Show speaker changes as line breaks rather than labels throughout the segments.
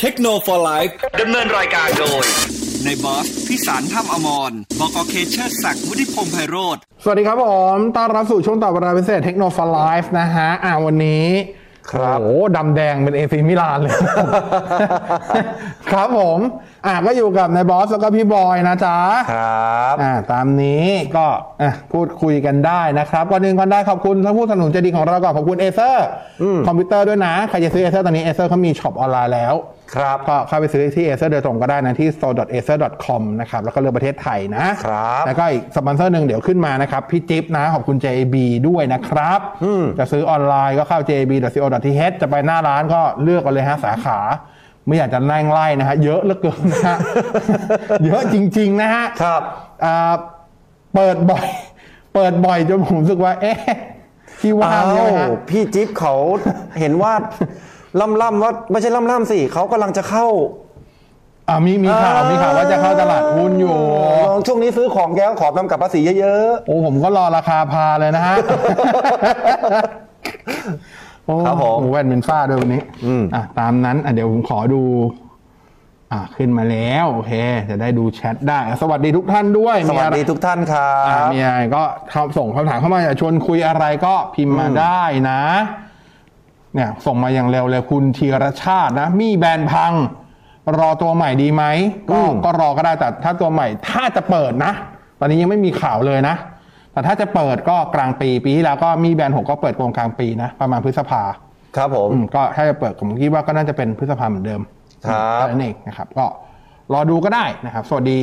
เทคโนโลยีไลฟ์
ดำเนินรายการโดย
ในบอสพิสารถ้ำอมรบอกอเคเชอร์ศักดิ์วุฒิพงษ์ไพโรธ
สวัสดีครับผม ต้อนรับสู่ช่วงต่อเวลาพิเศษเทคโน for Life นะฮะ อ่าวันนี้
ครับ
โอ้โหดำแดงเป็นเอซีมิลานเลย ครับผม อ่าก็อยู่กับนายบอสแล้วก็พี่บอยนะจ๊ะ
ครับ
อ่าตามนี้ก็อ่ะพูดคุยกันได้นะครับก่อนอื่นก่อนได้ขอบคุณท่านผู้สนับสนุนใจดีของเราก่อนขอบคุณเอเซอร์คอมพิวเตอร์ด้วยนะ ใครจะซื้อเอเซอร์ตอนนี้เอเซอร์เขามีช็อปออนไลน์แล้ว
ครับ
ก็เข้าไปซื้อที่เอเซอร์โดยตรงก็ได้นะที่ store.acer.com นะครับแล้วก็เลือกประเทศไทยนะครับ แล้วก็อีกสปอนเซอร์หนึ่งเดี๋ยวขึ้นมานะครับ พี่จิ๊บนะ ขอบคุณ JAB ด้วยนะครับจะซื้อออนไลน์ก็เข้า jab.co.th จะไปหน้าร้านก็เลือกเอาเลยฮะสาขา ไม่อยากจะนั่งไล่นะฮะเยอะเหลือเกินนะ ฮะ เยอะจริง ๆ นะฮะ
ครับ
อ่าเปิดบ่อย เปิดบ่อยจนผมรู้สึกว่า เอ๊ะที่ว่าง
อ้า
ใช่
ว
ไหมฮะ
พี่จิ๊บเขาเห็นว่าล่ำล่ำๆว่าไม่ใช่ล่ำล่ำๆสิเขากำลังจะเข้า
อ่ามีมีข่าวมีข่าวว่าจะเข้าตลาดหุ้นอยู่
ลองช่วงนี้ซื้อของแกก็ขอกำกับภาษีเยอะ
โอ้ผมก็รอราคาพาเลยนะฮะ โอ้
ครับผม
หูแว่นเป็นฝ้าด้วยวันนี้อ่ะตามนั้นอ่ะเดี๋ยวผมขอดู อ่ะขึ้นมาแล้วโอเคจะได้ดูแชทได้อ่ะสวัสดีทุกท่านด้วย
ๆ สวัสดี
มีอะไร
ทุกท่านครั
อ่ะ
บ
มีอะไรก็เข้าส่งคำถามเข้ามาอยากชวนคุยอะไรก็พิมพ์มาได้นะ เนี่ย ส่งมาอย่างเร็วเลยคุณธีรชาตินะ มีแบรนด์พัง รอตัวใหม่ดีไหม
อื
ก็
ม
ก็รอก็ได้แต่ถ้าตัวใหม่ ถ้าจะเปิดนะ ตอนนี้ยังไม่มีข่าวเลยนะ แต่ถ้าจะเปิดก็กลางปีปีที่แล้วก็มีแบรนด์หกก็เปิดกลางปีนะ ประมาณพฤษภา
ครับผม
อืมก็ถ้าจะเปิดผมคิดว่าก็น่าจะเป็นพฤษภาเหมือนเดิม
ครับ
นั่นเองนะครับ ก็รอดูก็ได้นะครับ สวัสดี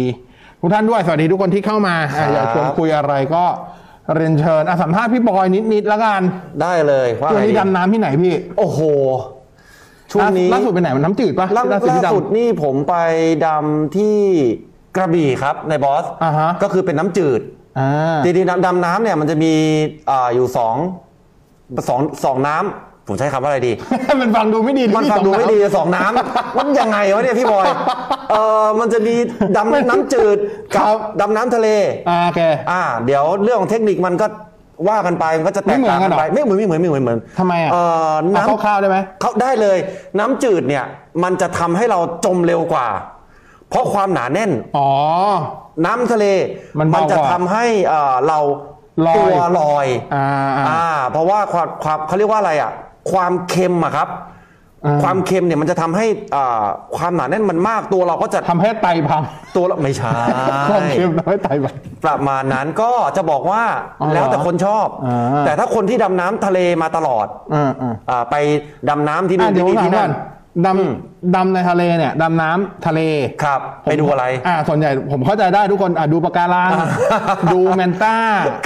ทุกท่านด้วยสวัสดีทุกคนที่เข้ามาอ่ะอยากชวนคุยอะไรก็เรียนเชิญอ่ะสัมภาษณ์พี่บอยนิดๆแล้วกัน
ได้เลยว่า
ช่วง
ไง
นี้ดำน้ำที่ไหนพี่
โอ้โห ช่วงนี้
ล่าล่าสุดไปไหนมันน้ำจืดปะ
ล่า
ที่
ล่า
ดำ
สุดนี่ผมไปดำที่กระบี่ครับในบอส
อ่าฮะ
ก็คือเป็นน้ำจืด
อ่า
จริงๆน้ำดำน้ำเนี่ยมันจะมีอ่าอยู่สองสองสองน้ำผมใช้คำว่าอะไรดี
มันฟังดูไม่ดี
มัน
ที่
ฟังดูไม่ดี
สอ
สองน้ำมันยังไงวะเนี่ยพี่บอยเออมันจะมีดำน้ำจืดกับดำน้ำทะเล
อ่าโอเค
อ่า เดี๋ยวเรื่องของเทคนิคมันก็ว่ากันไปมันก็จะแตกต่างกันไปไม่เหมือนไม่เหมือนไม่เหมือนเหมือน
ทำไมอ่ะ
เออ
เอา
น้ำ
คร่าวๆได้ไหม
เขาได้เลยน้ำจืดเนี่ย มันจะทำให้เราจมเร็วกว่า เพราะความหนาแน่น
อ๋อ
น้ำทะเล
มันเบากว่า
จะทำให้เอ่อเรา
ลอย
ตัวลอย
อ่าอ่า
อ่า เพราะว่าความความเขาเรียกว่าอะไรอ่ะ ความเค็มอะครับ
อ่า
ความเค็มเนี่ยมันจะทำให้อ่าความหนาแน่นมันมากตัวเราก็จะ
ทำให้ไตพัง
ตัวเราไม่ใช่
ความเค็มทำให้ไตพัง
ประมาณนั้นก็จะบอกว่า
อ๋อ
แล้วแต่คนชอบ
อ่า
แต่ถ้าคนที่ดำน้ำทะเลมาตลอด
อ่าอ่า
อ่าไปดำน้ำที่
อ่ะ
นู่น
เดี๋ย
ที่
วผ
นี่
มถาม
ที่
ก่อ
นั่นอื
นด
ม
ำดำในทะเลเนี่ยดำน้ำทะเล
ครับ
ผม
ไปดูอะไร
อ่า ส่วนใหญ่ผมเข้าใจได้ทุกคนอ่ะดูปะการัง ดูแมนต้า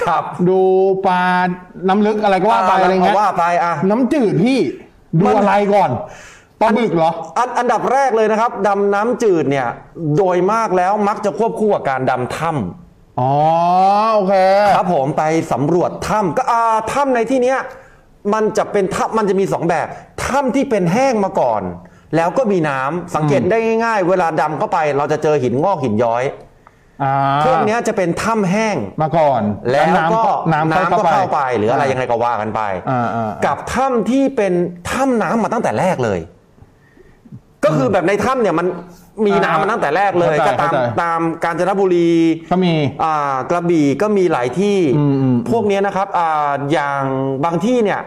ครับ
ดูปลาน้ำลึกอะไรก็ว่าไปอะไรเงี้ย
าว่าไปอ่ะ
น้ำจืดพี่ดู
มัน
อะไรก่อนปลาบึกเหรอ
อันอันดับแรกเลยนะครับ ดำน้ำจืดเนี่ย โดยมากแล้วมักจะควบคู่กับการดำถ้
อ๋อโอเค
ำครับผมไปสำรวจถ้ำก็อ่าถ้ำในที่เนี้ยมันจะเป็นถ้ำมันจะมีสองแบบถ้ำที่เป็นแห้งมาก่อน แล้วก็มีน้ำสังเกตได้ง่าย ๆ เวลาดำเข้าไป เราจะเจอหินงอกหินย้อย
อ่า
พวกเนี้ยจะเป็นถ้ำแห้ง
มาก่อน
แล้ว
น้ำ
ก็
น้ำ
น้ำ
เข้า
ก็
ไป
เข้าไป หรืออะไรยังไงก็ว่ากันไป
อ่าอ่าอ่ากั
กับถ้ำที่เป็นถ้ำน้ำมาตั้งแต่แรกเลย ก็คือแบบในถ้ำเนี่ยมันมีน้ำมาตั้งแต่แรกเลย
เข้า
ก็
ใจ
ตาม
เข้าใจ
ตามกาญจนบุรี
ก็มี
อ่ากระบี่ก็มีหลายที่
อืมอืม
พวกเนี้ยนะครับอ่าอย่างบางที่เนี่ย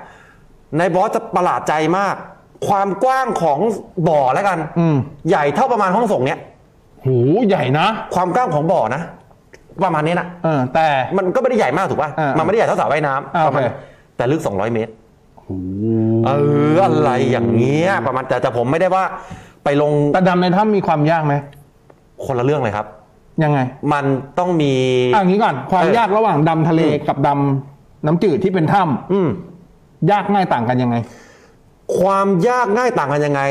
ในบอสจะประหลาดใจมาก ความกว้างของบ่อแล้วกัน
อืม
ใหญ่เท่าประมาณห้องส่งเนี่ย
หูใหญ่นะ
ความกว้างของบ่อนะ ประมาณนี้นะ
เออแต่
มันก็ไม่ได้ใหญ่มากถูกป่ะ
อ่ามั
มันไม่ได้ใหญ่เท่าสระว่ายน้
อ่า
ำประมาณ
โอเค
แต่ลึก 200 เมตรเอออะไรอย่างเงี้ยประมาณแต่แต่ผมไม่ได้ว่าไปลง
แต่ดำในถ้ำมีความยากไหม
คนละเรื่องเลยครับ
ยังไง
มันต้องมี
อ่ะอย่างนี้ก่อนความ
เออ
ยากระหว่างดำทะเลกับดำน้ำจืดที่เป็นถ้
อืม
ำยากง่ายต่างกันยังไง
ความยากง่ายต่างกันยังไง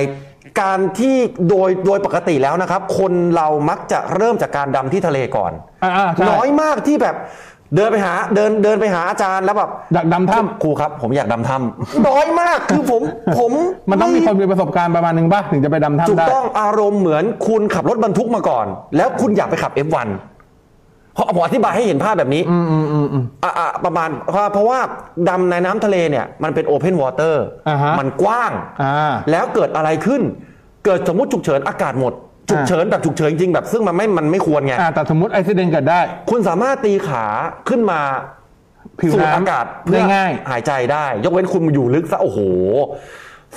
การที่โดยโดยปกติแล้วนะครับ คนเรามักจะเริ่มจากการดำที่ทะเลก่อน
อ่าอ่าใช่
น้อยมากที่แบบเดินไปหาเดินเดินไปหาอาจารย์แล้วแบบ
อยากดำถ้ำ
ครูครับ ผมอยากดำถ้ ำน้อยมากคือผมผม
มันต้องมีคนมีประสบการณ์ประมาณนึงป่ะถึงจะไปดำ
ถูก
ถ้ำได้
ต้องอารมณ์เหมือนคุณขับรถบรรทุกมาก่อน แล้วคุณอยากไปขับ F1 เพราะผมอธิบายให้เห็นภาพแบบนี้
อืมอืมอืมอืม
อ่ะอ่ะประมาณเพราะเพราะว่าดำในน้ำทะเลเนี่ย มันเป็นโอเพนวอเตอร์
อ่าฮะ
มันกว้าง
อ่า
แล้วเกิดอะไรขึ้น เกิดสมมติฉุกเฉินอากาศหมดฉุกเฉินแบบฉุกเฉินจริงๆแบบซึ่งมันไม่มันไม่ควรไง
อ่าแต่สมมติอุบิเหตุเกิดได้
คุณสามารถตีขาขึ้นมา
ผิว
สูด
น้ำ
อากาศเพื่
ได้
อ
ง่าย
หายใจได้ ยกเว้นคุณอยู่ลึกซะโอ้โห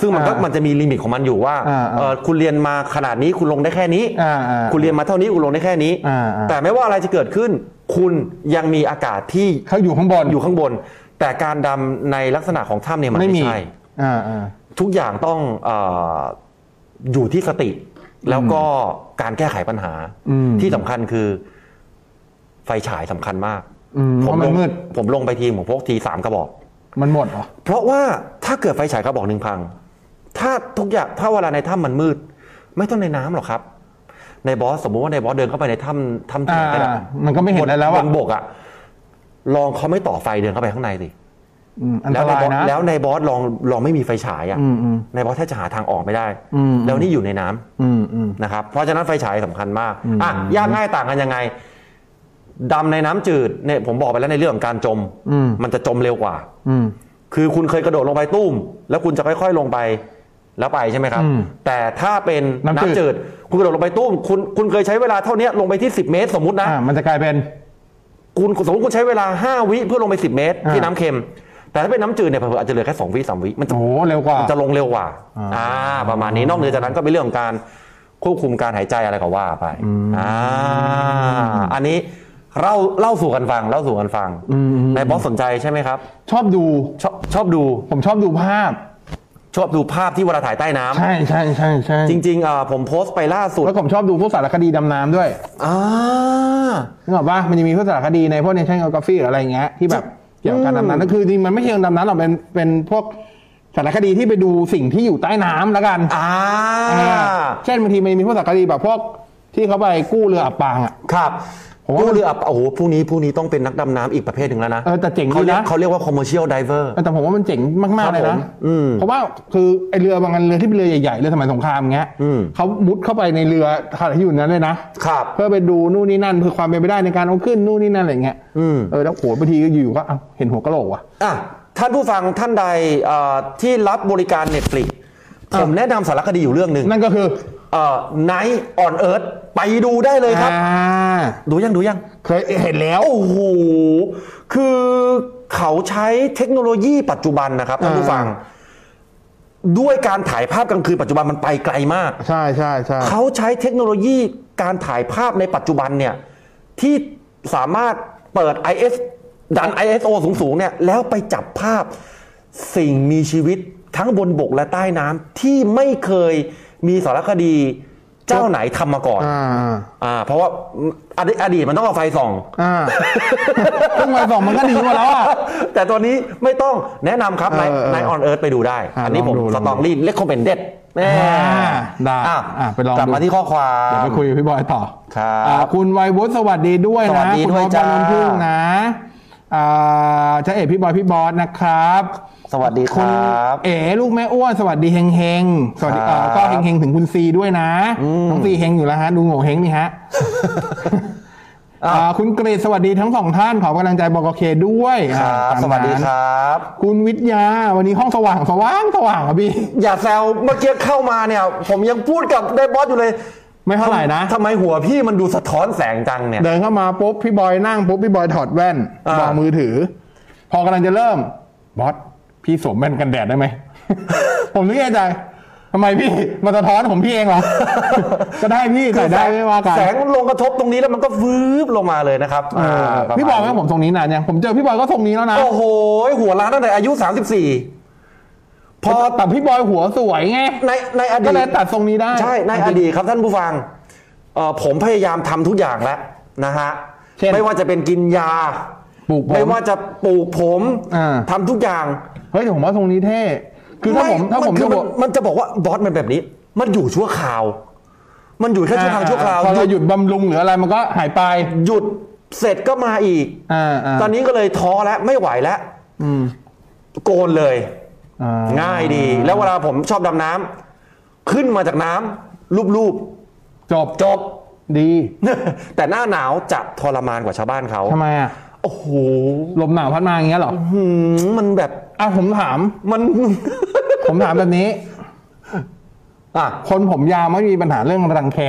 ซึ่งมันก็
อ่ามั
มันจะมีลิมิตของมันอยู่ว่า
อ่าอ่า
เอ่อคุณเรียนมาขนาดนี้คุณลงได้แค่นี้
อ่าอ่า
คุณเรียนมาเท่านี้คุณลงได้แค่นี้
อ่าอ่า
แต่ไม่ว่าอะไรจะเกิดขึ้น คุณยังมีอากาศที่
เขาอยู่ข้างบน
อยู่ข้างบน แต่การดำในลักษณะของถ้ำเนี่ยมัน
ไม่
ไม่
มี
ใช่
อ่าอ่า
ทุกอย่างต้องเอออยู่ที่สติ แล้วก็การแก้ไขปัญหา
อืม
ที่สำคัญคือ ไฟฉายสำคัญมาก
อืมเพราะมั
ล
น
ง
มืด
ผมลงไปทีมผมพกทีสามกระบอก
มันหมดเหรอ
เพราะว่าถ้าเกิดไฟฉายกระบอกหนึ่งพัง ถ้าทุกอย่างถ้าเวลาในถ้ำมันมืด ไม่ต้องในน้ำหรอกครับ ในบอสสมมติว่าในบอสเดินเข้าไปในถ้ำถ้ำที่ไหนก็ได้
อ่ามันก็ไม่เห็นอะไรแล้วอะ
บนบกอะลองเขาไม่ต่อไฟเดินเข้าไปข้างในสิ
อืมอัน
แล้ว
ต
ในบ
ราย
อส
นะ
แล้วในบอสลองลองไม่มีไฟฉายอ่ะ
อืมอืม
ในบอสแทบจะหาทางออกไม่ได้
อืม
แล้วนี่อยู่ในน้ำ
อืมอืม
นะครับ เพราะฉะนั้นไฟฉายสำคัญมากอ่ะยากง่ายต่างกันยังไงดำในน้ำจืดเนี่ยผมบอกไปแล้วในเรื่องของการจม
อืม
มันจะจมเร็วกว่า
อืม
คือคุณเคยกระโดดลงไปตุ้ม แล้วคุณจะค่อยๆลงไปแล้วไปใช่ไหมครับ
อืม
แต่ถ้าเป็น
น้ำจืด
น้ำจืด คุณกระโดดลงไปตุ้ม คุณคุณเคยใช้เวลาเท่าเนี้ยลงไปที่ 10 เมตร สมมตินะ
อ่ามันจะกลายเป็น
คุณสมมติคุณใช้เวลา 5 วิเพื่อลงไป 10 เมตร ที่
อ่า
น้ำเค็ม แต่ถ้าเป็นน้ำจืดเนี่ยเผื่อๆอาจจะเหลือแค่2วิ3วิมันจะ
โอ้โหเร็วกว่า
มันจะลงเร็วกว่า อ่า ประมาณนี้ นอกเหนือจากนั้นก็เป็นเรื่องของการควบคุมการหายใจอะไรก็ว่าไป อ่า อันนี้เล่าเล่าสู่กันฟังเล่าสู่กันฟัง
อืม
นายบอสสนใจใช่ไหมครับ
ชอบดู
ชอบชอบดู
ผมชอบดูภาพ
ชอบดูภาพที่เวลาถ่ายใต้น้ำ
ใช่ใช่ใช่ใช่
จริงๆอ่าผมโพสต์ไปล่าสุด
แล้วผมชอบดูพวกสารคดีดำน้ำด้วย
อ่า
นึกออกปะมันจะมีพวกสารคดีในพวกเนชั่นกราฟีหรืออะไรอย่างเงี้ยที่แบบเกี่ยวกับการดำน้ำนั่นคือจริงมันไม่ใช่เชิงดำน้ำหรอกเป็นเป็นพวกสารคดีที่ไปดูสิ่งที่อยู่ใต้น้ำแล้วกัน
อ่า
เช่นบางทีมันมีพวกสารคดีแบบพวกที่เขาไปกู้เรืออับปางอ่ะ
ครับ
ผมว่า
ผู้เรืออับโอ้โหผู้นี้ผู้นี้ต้องเป็นนักดำน้ำอีกประเภทหนึ่งแล้วนะ
เออแต่เจ๋งดีนะ
ขารียกเขาเรียกว่า commercial diver
แต่ผมว่ามันเจ๋งมากๆเลย
ครับผม
นะ
อืม
เพราะว่าคือไอเรือบางอันเรือที่เป็นเรือใหญ่ๆเรือสมัยสงครามเงี้ย
อืม
เขามุดเข้าไปในเรืออะไรที่อยู่นั้นเลยนะ
ครับ
เพื่อไปดูนู่นนี่นั่นเพื่อความเป็นไปได้ในการเอาขึ้นนู่นนี่นั่นอะไรเงี้ย
อืม
เออแล้วโหบางทีก็อยู่ๆก็เอ้าเห็นหัวกะโหลกว่ะ
อ่ะท่านผู้ฟังท่านใดเอ่อที่รับบริการ Netflix ผมแนะนำสารคดีอยู่เรื่องหนึ่ง
นั่นก็คือ
เอ่อ Night on Earth ไปดูได้เลยครับ
อ่า
ดูยังดูยัง
เคยเห็นแล้ว
โอ้โห คือเขาใช้เทคโนโลยีปัจจุบันนะครับท่านผู้ฟัง ด้วยการถ่ายภาพกลางคืนปัจจุบันมันไปไกลมาก
ใช่ใช่ใช่
เขาใช้เทคโนโลยีการถ่ายภาพในปัจจุบันเนี่ยที่สามารถเปิด IS ดัน ISO สูงๆเนี่ยแล้วไปจับภาพสิ่งมีชีวิตทั้งบนบกและใต้น้ำที่ไม่เคยมีสารคดีเจ้าไหนทำมาก่อน
อ่า
อ่าเพราะว่าอดีตอดีตมันต้องเอาไฟส่อง
อ่าซึ่งมาสองมันก็ดีมาแล้วอ่ะ
แต่ตอนนี้ไม่ต้องแนะนำครับ
เออเออ
ในออนเอิร์ธไปดูได้
อ่ะ
อันนี้
ลอง
ผม
ดู
ส
ลอง
ต
ดู
องรีดเลคคอมเมนเด็ดแน่
อ่าได้
อ่ะ
อ่ะไปลอง
กลับ
ดู
มาที่ข้อความ
เดี๋ยวไปคุยกับพี่บอยต่อ
ครับ
อ่าคุณวัยวุฒิสวัสดีด้วย
สวั
นะ
สดีด้
คุณ
วย
พ่อปานนท์
จ้า
พึ่งนะอ่าจะเอกพี่บอยพี่บอสนะครับ
สวัสดีค
คุ
ร
ณ
ับ
เอ๋ลูกแม่อ้วนสวัสดีเฮงเฮงๆสวัสดีเอ่อ
ครับ
ก็เฮงเฮงๆถึงคุณซีด้วยนะน้องซีเฮงอยู่แล้วฮะดูโง่เฮงนี่ฮะ
อ้าว
อ่าคุณเกรดสวัสดีทั้งสองท่านขอกำลังใจบอกเคด้วย
ค
อ่า
รับ
ตาม
สวัสดี
นั้น
ครับ
คุณวิทยาวันนี้ห้องสว่างสว่างสว่างอ่ะพี่
อย่าแซวเมื่อกี้เข้ามาเนี่ย ผมยังพูดกับได้บอสอยู่เลย
ไม่เท่าไหร่นะ
ทำไมหัวพี่มันดูสะท้อนแสงจังเนี่ย
เดินเข้ามาปุ๊บพี่บอยนั่งปุ๊บพี่บอยถอดแว่น
อ่า
วางมือถือ พอกำลังจะเริ่มบอสพี่สวมแว่นกันแดด ได้ไหม ผมนึกในใจทำไมพี่มาสะท้อนผมพี่เองเหร อ ก็ได้พี่ใส่ได้ไม่ว่ากัน
แสงมันลงกระทบตรงนี้แล้วมันก็วืบลงมาเลยนะครับ
เออ
ประมาณ
พี่บอยครับผมทรงนี้นานยังผมเจอพี่บอยก็ทรงนี้แล้วนะ
โอ้โห หัวล้านตั้งแต่อายุ 34 พอ
แต่พี่บอยหัวสวยไง
ในในอดี
ก็
ต
เลยตัดทรงนี้ได้
ใช่ในอดีตครับท่านผู้ฟังเอ่อผมพยายามทำทุกอย่างแล้วนะฮะ
เช่น
ไม่ว่าจะเป็นกินยา
ปลูกผม
ไม่ว่าจะปลูกผม
อ่า
ทำทุกอย่าง
เฮ้ยแต่ผมว่าทรงนี้เท่คือถ้าผมถ้าผม
นคื
จะ
อ
บอก
มันจะบอกว่าบอสมันแบบนี้ มันอยู่ชั่วคราว มันอยู่แค่ชั่วคราวชั่วคราว
พอเรา
ห
ห
ยุด
ยุดบำรุงหรืออะไรมันก็หายไป
หยุดเสร็จก็มาอีก
อ่าๆ
ตอนนี้ก็เลยท้อแล้วไม่ไหวแล้ว
อืม
โกนเลย
อ่
ง่ายดี แล้วเวลาผมชอบดำน้ำขึ้นมาจากน้ำรูป
จบ
ๆจบ
ดี
แต่หน้าหนาวจะทรมานกว่าชาวบ้านเขา
ทำไมอ่ะ
โอ้โห
ลมหนาวพัดมาอย่างเงี้ยเหรอ
หืมมันแบบ
อ่ะผมถาม
มัน
ผมถามแบบนี้
อ่ะ
คนผมยาวไม่มีปัญหาเรื่องรังแค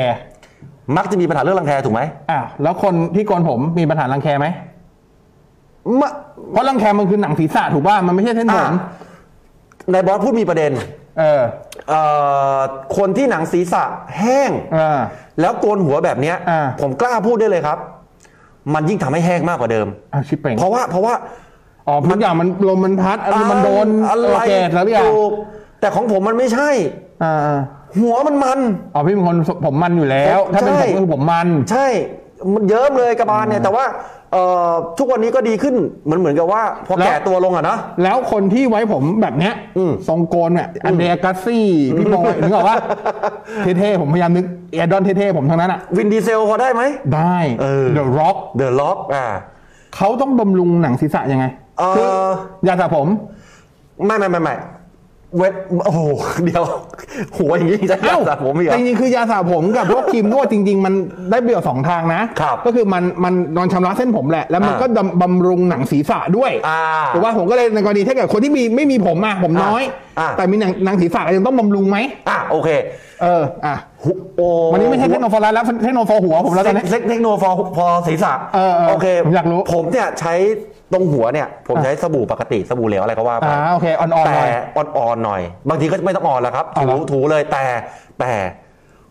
มักจะมีปัญหาเรื่องรังแคถูกไหม
อ่ะแล้วคนที่โกนผมมีปัญหารังแคไหม
มะ
เพราะรังแคมันคือหนังศีรษะถูกป่ะมันไม่ใช่เส้นผ
อ่ะ
ม
นายบอสพูดมีประเด็น
เออ
เอ่อคนที่หนังศีรษะแห้ง
เออ
แล้วโกนหัวแบบเนี้ย
อ่า
ผมกล้าพูดได้เลยครับ มันยิ่งทำให้แห้งมากกว่าเดิม
เอาชิปเป่ง
เพราะว่าเพราะว่า
อ๋อทุกอย่างมันลมมันพัดอะไรมันโดน
อะไร
แกดแล้วหรือยัง
ถูกแต่ของผมมันไม่ใช่
อ่า
หัวมันมัน
ๆอ๋อพี่เป็นคนผมมันอยู่แล้ว ถ้าเป็นผมก็คือผมมัน
ใช่มันเยิ้มเลยกระบาลเนี่ย แต่ว่าเอ่อทุกวันนี้ก็ดีขึ้นเหมือนเหมือนกับว่า พอ
แล้ว
แก่ตัวลงอะนะ
แล้วคนที่ไว้ผมแบบเนี้ย
อืม
ทรงโกนเนี่ยอันเดรียกัสซี่พี่โมยนึกออก ว่าเท่ๆผมพยายามนึกเอดอนเท่ๆผมทั้งนั้นอ่ะ
วินดีเซลพอได้ไหม
ได้
เออ
เดอะร็อก
เดอะล็อกอ่า
เขาต้องบำรุงหนังศีรษะยังไง
เอ่อ
คืยาสระผม
ไม่ไม่ไม่ไม่เวทโอ้โห เดี๋ยว หัวอย่างนี้จะยาสระผมอีกเหร
แต่
อ
จริงๆคือยาสระผมกับพวกครีมนวดจริง ๆ มันได้ประโยชน์สองทางนะ
ครับ
ก็คือมันมันนอนชำระเส้นผมแหละ แล้วมัน
อ่า
ก็ดำบำรุงหนังศีรษะด้วย
อ่า
ถูกว่าผมก็เลยในกรณีถ้าเกิดคนที่มีไม่มีผมอะผมน้อย
อ่า
แต่มีหนังหนังศีรษะยังต้องบำรุงไหม
อ่ะโอเค
เอออ่ะ
หุโอ้
วันนี้ไม่ใช่เทคโนโลยีแล้วเทคโนโลยีหัวผมแล้วตอนนี้
เซ็กเทคโนโลยีพอศีรษะ
เออเออ
โอเค
ผมอยากรู้
ผมเนี่ยใช้ตรงหัวเนี่ย ผมใช้สบู่ปกติสบู่เหลวอะไรก็ว่าไป
อ่าโอเคอ่อนๆห
แต่
น่อย
อ่อนๆหน่อย บางทีก็ไม่ต้องอ่อนแล้วครับ
เอา
ถู
ละ
ถูเลยแต่แต่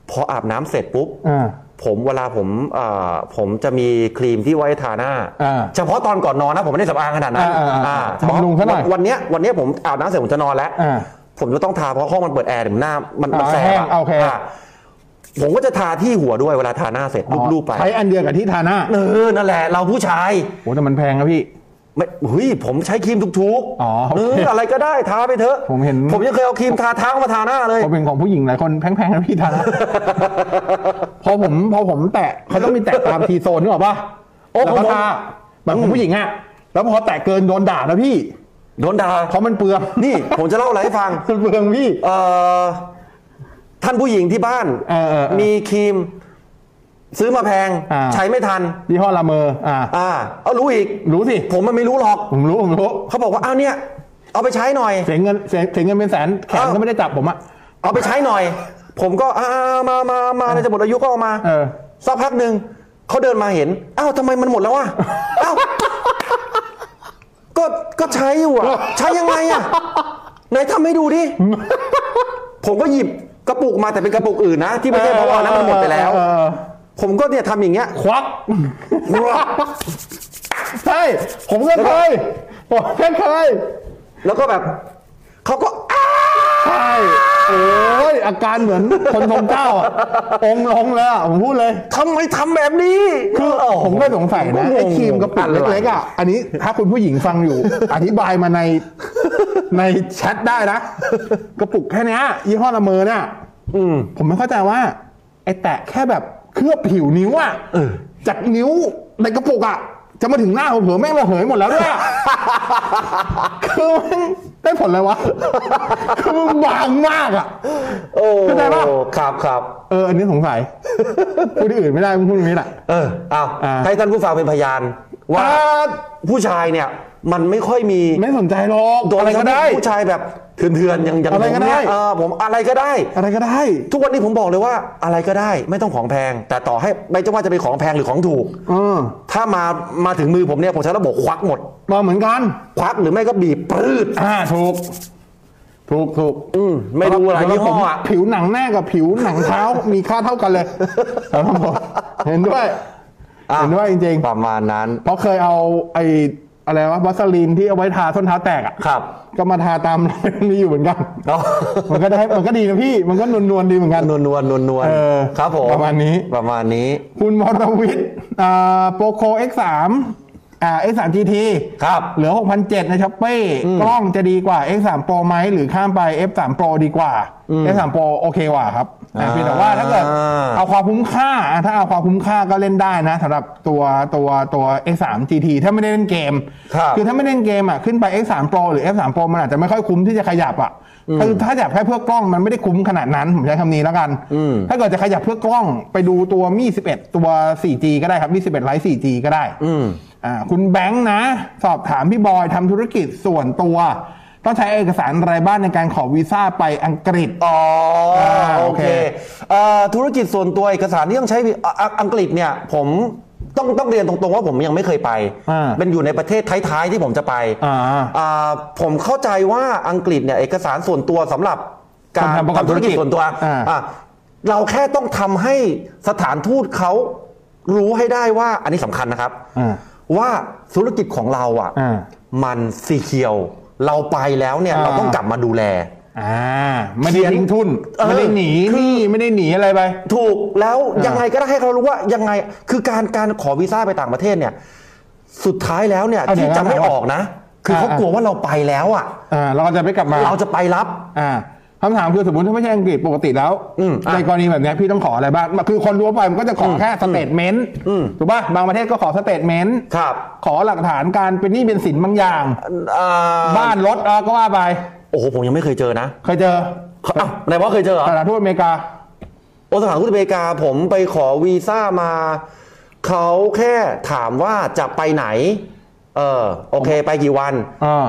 พออาบน้ำเสร็จปุ๊บ
อ่า
ผมเวลาผมเอ่อผมจะมีครีมที่ไว้ทาหน้า
อ่า
เฉพาะตอนก่อนนอนนะผมไม่ได้สำอางขนาดนั้น
อ่าอ่าอ่า
เฉพาะ
บำรุงซะหน่อย
วันวันเนี้ยวันเนี้ยผมอาบน้ำเสร็จผมจะนอนแล้ว
อ่า
ผมจะต้องทาเพราะห้องมันเปิดแอร์ถึงหน้ามันมัน
อ่า
แสบ
แห้ง
อะ
โอเค
อ่ะผมก็จะทาที่หัวด้วยเวลาทาหน้าเสร็จรูปๆไป
ใช้อันเดียวกับที่ทาหน้า
เออนั่นแหละเราผู้ชาย
โอ้แต่มันแพงนะพี่
ไม่เฮ้ยผมใช้ครีมถูก
อ๋อโอ
เอ
เค
ออะไรก็ได้ทาไปเถอะ
ผมเห็น
ผมยังเคยเอาครีมทาเท้ามาทาหน้าเลย
พอเป็นของผู้หญิงหลายคนแพงๆนะพี่ทาห น้า พอผมพอผมแตะเขาต้องมีแตะตามทีโซนนึกออกป่ะ
โอ้
แล้ว
ผมผม
ก็ทาแบบของผู้หญิงอะแล้วพอแตะเกินโดนด่านะพี่
โดนด่า
เพราะมันเปลือง
นี่ผมจะเล่าอะไรให้ฟัง
มันเปลืองพี่
เอ่อท่านผู้หญิงที่บ้าน
เออเออเออ
มีครีม ซื้อมาแพง
อ่า
ใช้ไม่ทัน
ยี่ห้อละเมออ่า
อ่า เอารู้อีก
รู้สิ
ผมมันไม่รู้หรอก
ผมรู้ผมรู้
เขาบอกว่าอ้าวเนี่ย เอาไปใช้หน่อย
เสียเงินเสียเสียเงินเป็นแสนแขนก็ไม่ได้จับผมอะ
เอาไปใช้หน่อย ผมก็อ่ามามามาอะไรจะหมดอายุก็เอามา
เออ
สักพักหนึ่งเขาเดินมาเห็น อ้าวทำไมมันหมดแล้ววะ อ้าว ก็ ก็ใช้อยู่อะใช้ยังไงอะไหนทำให้ดูดิ ผมก็หยิบกระปุกมาแต่เป็นกระปุกอื่นนะ ที่ไม่ใช่เพราะว่านั้นมันหมดไปแล้ว
เออเออเออ
ผมก็เนี่ยทำอย่างเงี้ย
ควัก ใช่ ผมก็เคยผมก็เคย
แล้วก็แบบ เขาก็อ้าว
ใช่โอ้ยอาการเหมือนคนทรงเจ้าอ่ะองค์ลงแล้วอะผมพูดเลย
ทำไมทำแบบนี้
คือ
โโห
ผมก็สงสัยนะ
ผ
ไอ้ครีมกระปุกเล็กๆอ่ะอันนี้ถ้าคุณผู้หญิงฟังอยู่ อธิบายมาในในแชทได้นะ กระปุกแค่เนี้ยยี่ห้อละเมอเนี่ย
อืม
ผมไม่เข้าใจว่า ไอ้แตะแค่แบบเคลือบผิวนิ้วอ่ะ
เออ
จากนิ้วในกระปุกอ่ะ จะมาถึงหน้าผมเผลอๆแม่งระเหยหมดแล้วด้วยอะ คือแม่งได้ผลอะไรวะ คือมันบางมากอ่ะ
โอ้
เข้าใจปะ
ครับครับ
เอออันนี้สงสัยพูดที่อื่นไม่ได้มึงพูดอย่างนี้แหละ
เออเอา
อ่า
ให้ท่านผู้ฟังเป็นพยาน ว่าผู้ชายเนี่ย มันไม่ค่อยมี
ไม่สนใจหรอก
โดน
อะไรก็ได้
ผู้ชายแบบเถื่อนๆอย่างอย่าง
อะไร
ผม
ก็
เนี่
ได้
ยเออผมอะไรก็ได้
อะไรก็ได้
ทุกวันนี้ผมบอกเลยว่าอะไรก็ได้ ไม่ต้องของแพง แต่ต่อให้ไม่ว่าจะเป็นของแพงหรือของถูก
เออ
ถ้ามามาถึงมือผมเนี่ยผมใช้ระบบควักหมด
มาเหมือนกัน
ควักหรือไม่ก็บีบปรืด
อ่าถูก ถูกถูก
อืมไม่ดูอะไร
สำบ
ยี่ห้อ
ผม
อะ
ผิวหนังหน้ากับผิวหนังเท้า มีค่าเท่ากันเลยครับผมเห็นด้วย เห็นด้วยจริง
ประมาณนั้น
ๆ เพราะเคยเอาไอ้อะไรวะวัสลีนที่เอาไว้ทาส้นเท้าแตกอ่ะ
ครับ
ก็มาทาตาม รอยนี้อยู่เหมือนกัน
เนาะ
มันก็ได้มันก็ดีนะพี่ มันก็นวลๆดีเหมือนกัน
นวลนวลนวลนวล
เออ
ครับผม
ประมาณนี้
ประมาณนี้
คุณมรวิทย์อ่าโปโค X3 อ่า X3 GT
ครับ
เหลือ 6,700 ในช้อปปี้กล้องจะดีกว่า X3 Pro ไหมหรือข้ามไป F3 Pro ดีกว่า F3 Pro โอเคกว่าครับ
อ่า
เพียงแต่ว่าถ้าเกิดเอาความคุ้มค่าอ่ะถ้าเอาความคุ้มค่าก็เล่นได้นะสำหรับตัวตัวตัว X3 GT ถ้าไม่ได้เล่นเกม
ครับ
คือถ้าไม่เล่นเกมอ่ะขึ้นไป X3 Pro หรือ F3 Pro มันอาจจะไม่ค่อยคุ้มที่จะขยับอ่ะคือถ้าขยับแค่เพื่อกล้องมันไม่ได้คุ้มขนาดนั้น ผมใช้คำนี้แล้วกัน
อืม
ถ้าเกิดจะขยับเพื่อกล้องไปดูตัวมี 11 ตัว 4G ก็ได้ครับมี11ไลท์ 4G ก็ได้
อืม
อ่าคุณแบงค์นะ สอบถามพี่บอยทำธุรกิจส่วนตัว ต้องใช้เอกสารอะไรบ้างในการขอวีซ่าไปอังกฤษ
อ๋อ
อ่า
โอ อ่าธุรกิจส่วนตัวเอกสารที่ต้องใช้อ่ะอ่ะอังกฤษเนี่ย ผมต้องต้องเรียนตรงๆว่าผมยังไม่เคยไป
อ่า
เป็นอยู่ในประเทศท้ายๆที่ผมจะไป
อ่า
อ่าผมเข้าใจว่าอังกฤษเนี่ยเอกสารส่วนตัวสำหรับกา
คน
ร
ทำประกอบธุรกิจ
ส่วนตัว
อ่า
อ่ะเราแค่ต้องทำให้สถานทูตเขารู้ให้ได้ว่าอันนี้สำคัญนะครับ
อ่า
ว่าธุรกิจของเราอ่ะ
อ่า
มันสีเขียว เราไปแล้วเนี่ย
อ่า
เราต้องกลับมาดูแล
อ่าไม่ได้ทิ้งทุน
เออ
ไม่ได้หนี
คือ
หนี่ไม่ได้หนีอะไรไป
ถูกแล้ว
อ่ายั
ยังไงก็ได้ให้เขารู้ว่ายังไงคือการการขอวีซ่าไปต่างประเทศเนี่ย สุดท้ายแล้วเนี่ย
เอาเดี๋
ที่
ยว
จะไม่
นะ
ออกนะ คืออา เขากลัวว่าเราไปแล้วอ่ะ
อ่าเราก็จะไม่กลับมา
เราจะไปรับ
อ่าคำถามคือสมมติถ้าไม่ใช่อังกฤษปกติแล้ว
อืมอ่ะ
ในกรณีแบบเนี้ยพี่ต้องขออะไรบ้างคือคนทั่วไปมันก็จะขออแค่สเตทเมนต์
อืม
ถูกป่ะบางประเทศก็ขอสเตทเมนต์
ครับ
ขอหลักฐานการเป็นหนี้เป็นสินบางอย่าง
อ่
บ้านรถเออก็ว่าไป
โอ้โหผมยังไม่เคยเจอนะ
เคยเจอ
อ้าวไหนว่าเคยเจอเหรอ
สถานทูตอเมริกา
โอสถานทูตอเมริกาผมไปขอวีซ่ามาเขาแค่ถามว่าจะไปไหน เออโอเคไปกี่วัน
อ่า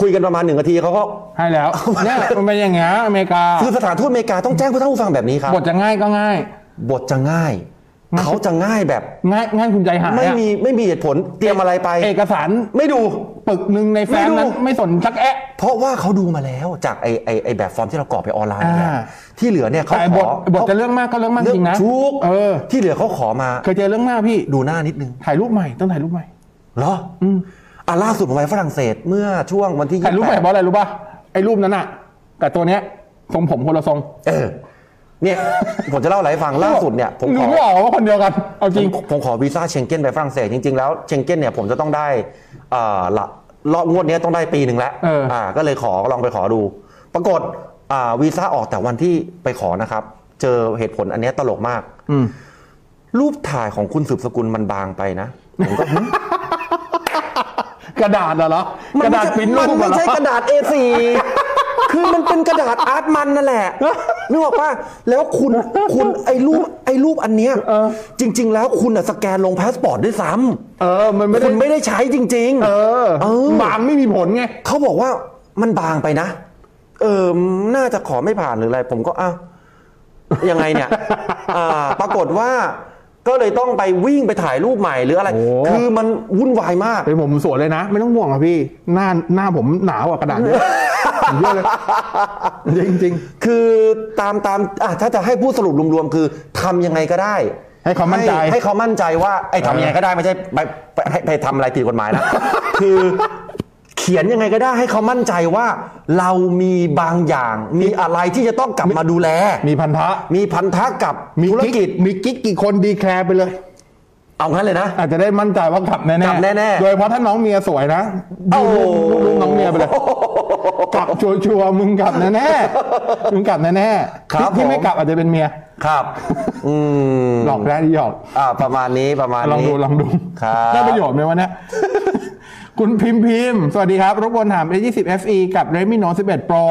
คุยกันประมาณหนึ่งนาทีเขาก็
ให้ แล้วเนี่ยมันเป็นอย่างเงี้ยอเมริกา
คือสถานทูตอเมริกาต้องแจ้งผู้ท่านผู้ฟังแบบนี้ครับ
บทจะง่ายก็ง่าย
บทจะง่าย
มัน
เขาจะง่ายแบบ
ง่ายง่ายคุณใจหายอะ
ไม่มีไม่มีเหตุผลเตรียมอะไรไป
เอกสาร
ไม่ดู
ปึกหนึ่งในแฟ้มนั้
ไม่
น
ดู
ไม่สนสักแอะ
เพราะว่าเขาดูมาแล้วจากไอไอไอแบบฟอร์มที่เรากรอกไปออนไลน์เนี่ย
อ่า
ที่เหลือเนี่ยเขา
แต่
ข
บ
อ
ทบทจะเรื่องมากก็เรื่องมากจริงนะ
ทุก
เออ
ที่เหลือเขาขอมา
เคยเจอเรื่องมากพี่
ดูหน้านิดนึง
ถ่ายรูปใหม่ต้องถ่ายรูปใหม่
เหรออ
ม
อ่ะล่าสุดผมไปฝรั่งเศสเมื่อช่วงวันที่
ถ่ายรูปใหม่เพ
บ
ราะอะไรรู้ป่ะไอ้รูปนั้นอะแต่ตัวเนี้ยทรงผมคนละทรง
เออเนี่ยผมจะเล่าอะไรให้ฟังล่าสุดเนี่ยผม
ดู
ขอ
ไม่ออกว่าคนเดียวกัน เอาจริง
ผมผมขอวีซ่าเชงเก้นไปฝรั่งเศสจริงๆแล้วเชงเก้นเนี่ยผมจะต้องได้เอ่อละรอบงวดเนี้ยต้องได้ปีหนึ่งแล้ว
เอออ่
ก็เลยขอลองไปขอดู ปรากฏอ่าวีซ่าออกแต่วันที่ไปขอนะครับ เจอเหตุผลอันเนี้ยตลกมาก
อืม
รูปถ่ายของคุณสืบสกุลมันบางไปนะผมก็หึ
กระดาษอะเหรอ กระดาษปริ้นรู
มัน
ป
ไม่
อะเหรอ
ใช่กระดาษ A4 คือมันเป็นกระดาษอาร์ตมันนั่นแหละนึกออกป่ะแล้วคุณคุณไอ้รูปไอ้รูปอันเนี้ย
เออ
จริง ๆ แล้วคุณอะสแกนลงพาสปอร์ตด้วยซ้ำ
เออ มันไม่ได้
คุณไม่ได้ใช้จริง ๆ
เออ
เออ
บางไม่มีผลไง
เขาบอกว่ามันบางไปนะ เออ น่าจะขอไม่ผ่านหรืออะไร ผมก็อ้าวยังไงเนี่ย อ่า ปรากฏว่า ก็เลยต้องไปวิ่งไปถ่ายรูปใหม่หรืออะไร
โอ้
คือมันวุ่นวายมาก
เป็นผมสวยเลยนะ ไม่ต้องห่วงอะพี่ หน้าหน้าผมหนาวอะกระดาษ เยอะผมเยอะเลยจริงจริง
คือตามตามอ่ะถ้าจะให้พูดสรุปรวมๆคือทำยังไงก็ได้
ให้เขามั่นใจ
ให้เขามั่นใจว่าไอ้ทำยังไงก็ได้ไม่ใช่ไปไปให้ไปทำอะไรผิดกฎห มายนะ คือเขียนยังไงก็ได้ให้เขามั่นใจว่าเรามีบางอย่าง มีอะไรที่จะต้องกลับมาดูแล
มีพันธะ
มีพันธะกับ
มี
ธุรกิจ
มีกิ๊กกี่คนดีแคร์ไปเลย
เอางั้นเลยนะ
อาจจะได้มั่นใจว่ากลับแน่ๆ
กลับแน่ๆ
โดยเฉพราะถ้าน้องเมียสวยนะ
โอ้
ดูรูปรูปน้องเมียไปเลย กลับชัวร์ๆมึงกลับแน่ๆมึงกลับแน่ๆ
ครับ
ที่ที่
ผม
ไม่กลับอาจจะเป็นเมีย
ครับ อืม
หลอกได้ที่หยอก
อ่าประมาณนี้ประมาณนี้
ลองดูลองดู
ครับ
ได้ประโยชน์ไหม วะเนี่ย คุณพิมพ์พิมพ์ สวัสดีครับ รบกวนถาม A20 FE กับ Redmi Note 11 Pro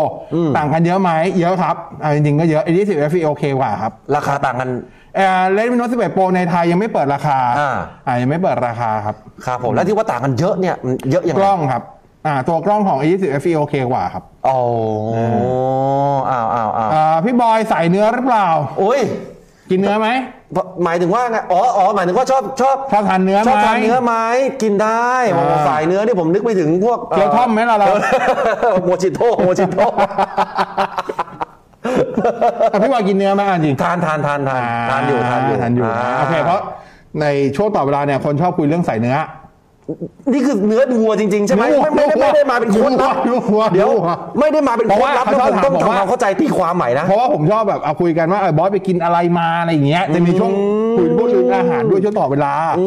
ต่างกันเยอะไหม เยอะครับเอาจริงๆก็เยอะ A20 FE โอเคกว่าครับ
ราคาต่างกัน
เอ่อ Redmi Note 11 Pro ในไทยยังไม่เปิดราคา
อ่า
ยังไม่เปิดราคาครับ
ครับผมแล้วที่ว่าต่างกันเยอะเนี่ยมันเยอะยัง
ก
ไง
ล้องครับ อ่า ตัวกล้องของ A20 FE โอเคกว่าครับ
โอ้อ้าวอ้าวอ้าว
อ่าพี่บอยใส่เนื้อหรือเปล่า
โอ้ย
กินเนื้อไหม
เพราะหมายถึงว่าไง อ๋ออ๋อหมายถึงว่าชอบชอบ
ชอบทานเนื้อไหม
ชอบทานเนื้อไหมกินได้
อ่า
โอ้สายเนื้อนี่ผมนึกไปถึงพวก
เกี๊ยวท่อมไหมล่ะเรา
โมจิโต้โมจิโต้
อ่ะพี่บอยกินเนื้อไหมอ่ะจริง
ทานทานทานทานทานอยู่ทานอยู่
ทานอยู่นะโอเคเพราะในช่วงต่อเวลาเนี่ยคนชอบคุยเรื่องใส่เนื้อ
นี่คือเนื้อวัวจริง ๆ ใช่ไหม
เนื้อวัว
ไม่ไม่ได้ไม่ได้มาเป็นโค้ดลับ
เนื้อวัว
เดี๋ยว
เนื้อวัว
ไม่ได้มาเป็นโค้ดลับ
เพ
แล้ว
ราะว่า
ผมต้อง
เขาถามผม
ทำค
ว่า
วามเข้าใจตีความใหม่นะ
เพราะว่าผมชอบแบบเอาคุยกันว่าเออบอสไปกินอะไรมาอะไรอย่างเงี้ยจะมีช่วงคุยพูดถึงอาหารด้วยช่วงต่อเวลาเอ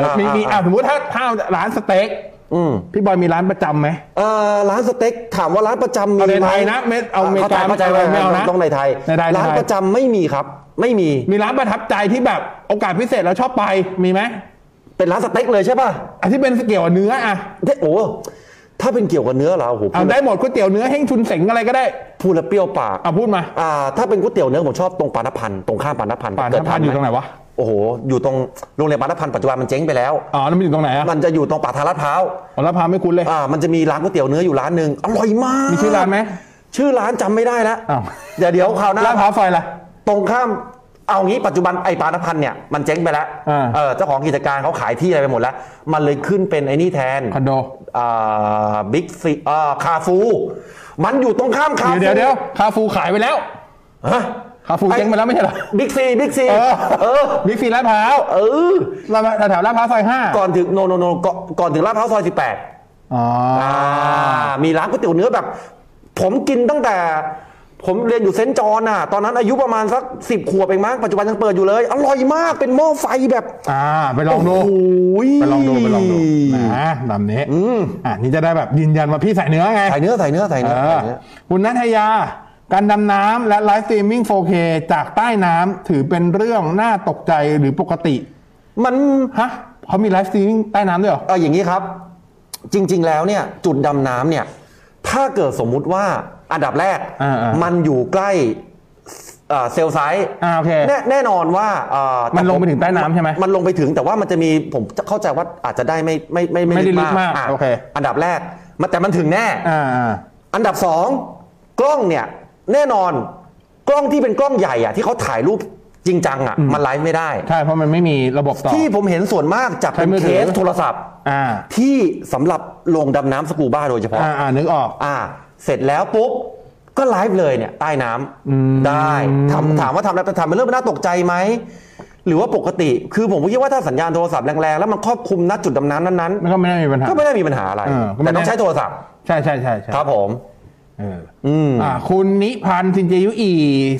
อมีมีอ่ะสมมติถ้าถ้าร้านสเต็ก
อืม
พี่บอยมีร้านประจำไหม
เอ่อร้านสเต็กถามว่าร้านประจำมี
เอาใน
หม
ไทยนะไม่เอาอเมริกา
เข้าใจเข้าใจ
ไม่เอานะ
ต้องในไทย
ในไทย
ร้านประจำไม่มีครับ ไม่มี
มีร้านประทับใจที่แบบโอกาสพิเศษแล้วชอบไปมีไหม
เป็นร้านสเต็กเลยใช่ป่ะ
อันที่เป็นเกี่ยวกับเนื้ออ่ะ
เด้โอ้ถ้าเป็นเกี่ยวกับเนื้อเหราโอ้โหพู
เอา
ด
ได้หมดก๋วยเตี๋ยวเนื้อเฮงชุนเสงอะไรก็ได้
พูดแล้วเปรี้ยวปาก
เอาพูดมา
อ่า ถ้าเป็นก๋วยเตี๋ยวเนื้อผมชอบตรงปานพันธ์ตรงข้ามปานพันธ์
ป่าน
เกิด
น้ำพันอยู่ตรงไหนวะ
โอ้โหอยู่ตรงโรงเรียนปานพันธ์ปัจจุบันมันเจ๊งไปแล้ว
อ๋อแล้วมันอยู่ตรงไหนอ่ะ
มันจะอยู่ตรงป่าทาลาดพร้าว
อ๋อแล้วพาไม่คุ้นเลย
อ่ามันจะมีร้านก๋วยเตี๋ยวเนื้ออยู่ร้านหนึ่งอร่อยมาก
มีชื่อร้านไหม
ชื่อร้านจำไม่ได้แล้ว
อ้าว
เดี๋ยวเดี๋ยวคราวหน้า
ลาดพร้าวซอยละ
ตรงข้ามเอางี้ปัจจุบันไอปานพันธ์เนี่ยมันเจ๊งไปแล้ว
อ่า
เออเจ้าของกิจการเขาขายที่อะไรไปหมดแล้ว มันเลยขึ้นเป็นไอ้นี่แทน
คอนโด
บิ๊กซีอ่าคาฟู มันอยู่ตรงข้ามคาฟู
เดี๋ยวเดี๋ยวคาฟูขายไปแล้ว
ฮะ
คาฟูเจ๊งไปแล้วไม่ใช่เหรอ
บิ๊กซีบิ๊กซี
เออ
เออ
บิ๊กซีลาดพร้าว
เออ
ลาดพร้าวแถวลาดพร้าวซอยห้า
ก่อนถึงโนโนโนก่อนก่อนถึงลาดพร้าวซอย
อ๋อ
18 อ่า มีร้านก๋วยเตี๋ยวเนื้อแบบ ผมกินตั้งแต่ ผมเรียนอยู่เซนต์จอห์นน่ะ ตอนนั้นอายุประมาณสัก 10 ขวบเองมั้งปัจจุบันยังเปิดอยู่เลย อร่อยมากเป็นหม้อไฟแบบ
อ่าไปลองดู
โอ้ย
ไปลองดูไปลองดูนะตามนี้อ่านี่จะได้แบบยืนยันว่าพี่ใส่เนื้อไง
ใส่เนื้อใส่เนื้อใส่เนื้อ
เออ
ใส่เนื้อ
คุณนัทยา การดำน้ำและไลฟ์สตรีมมิ่ง 4K จากใต้น้ำถือเป็นเรื่องน่าตกใจหรือปกติ
มัน
ฮะเขามีไลฟ์สตรีมมิ่งใต้น้ำด้วยเหรอ
เอออย่างนี้ครับ จริง ๆ แล้วเนี่ย จุดดำน้ำเนี่ย ถ้าเกิดสมมุติว่าอันดับแรก
อ่าๆ
มันอยู่ใกล้เอ่อเซลล์ไซส์
อ่าโอเค
แน่แน่นอนว่าเอ่อ
มันลงไปถึงใต้น้ำใช่ไหม
มันลงไปถึงแต่ว่ามันจะมีผมเข้าใจว่าอาจจะได้ไม่ไม่ไม่
ไม่ได้ลึกมาก
อ่ะ
โอเค
อันดับแรกมันแต่มันถึงแน่
อ่าอ่า
อันดับสองกล้องเนี่ย แน่นอนกล้องที่เป็นกล้องใหญ่อะที่เขาถ่ายรูปจริงจังอะ
อืม
มันไลฟ์ไม่ได้
ใช่เพราะมันไม่มีระบบต่อ
ที่ผมเห็นส่วนมากจะเป็น
ใช้มือ
เค
ถือ
สโทรศัพท์
อ่า
ที่สำหรับลงดำน้ำสกูบ้าโดยเฉพาะ
อ่าอ่านึกออก
อ่า เสร็จแล้วปุ๊บ ก็ไลฟ์เลยเนี่ยใต้น้
อืม
ำได้ถามถามว่าทำแล้วทำเป็นเรื่องน่าตกใจไหม หรือว่าปกติ คือผมคิดว่าถ้าสัญญาณโทรศัพท์แรงๆ แล้วมันครอบคลุมณจุดดำน้ำนั้น
มันก็ไม่ได้มีปัญหา
ๆ ก็ไม่ได้มีปัญหาอะไร
เออก็ไม่ได้
แต่ต้องใช้โทรศัพท์
ใช่ใช่ใช่ใช่
ครับผม
เออ
อืม
อ่า คุณนิพันธ์สินเจยุอี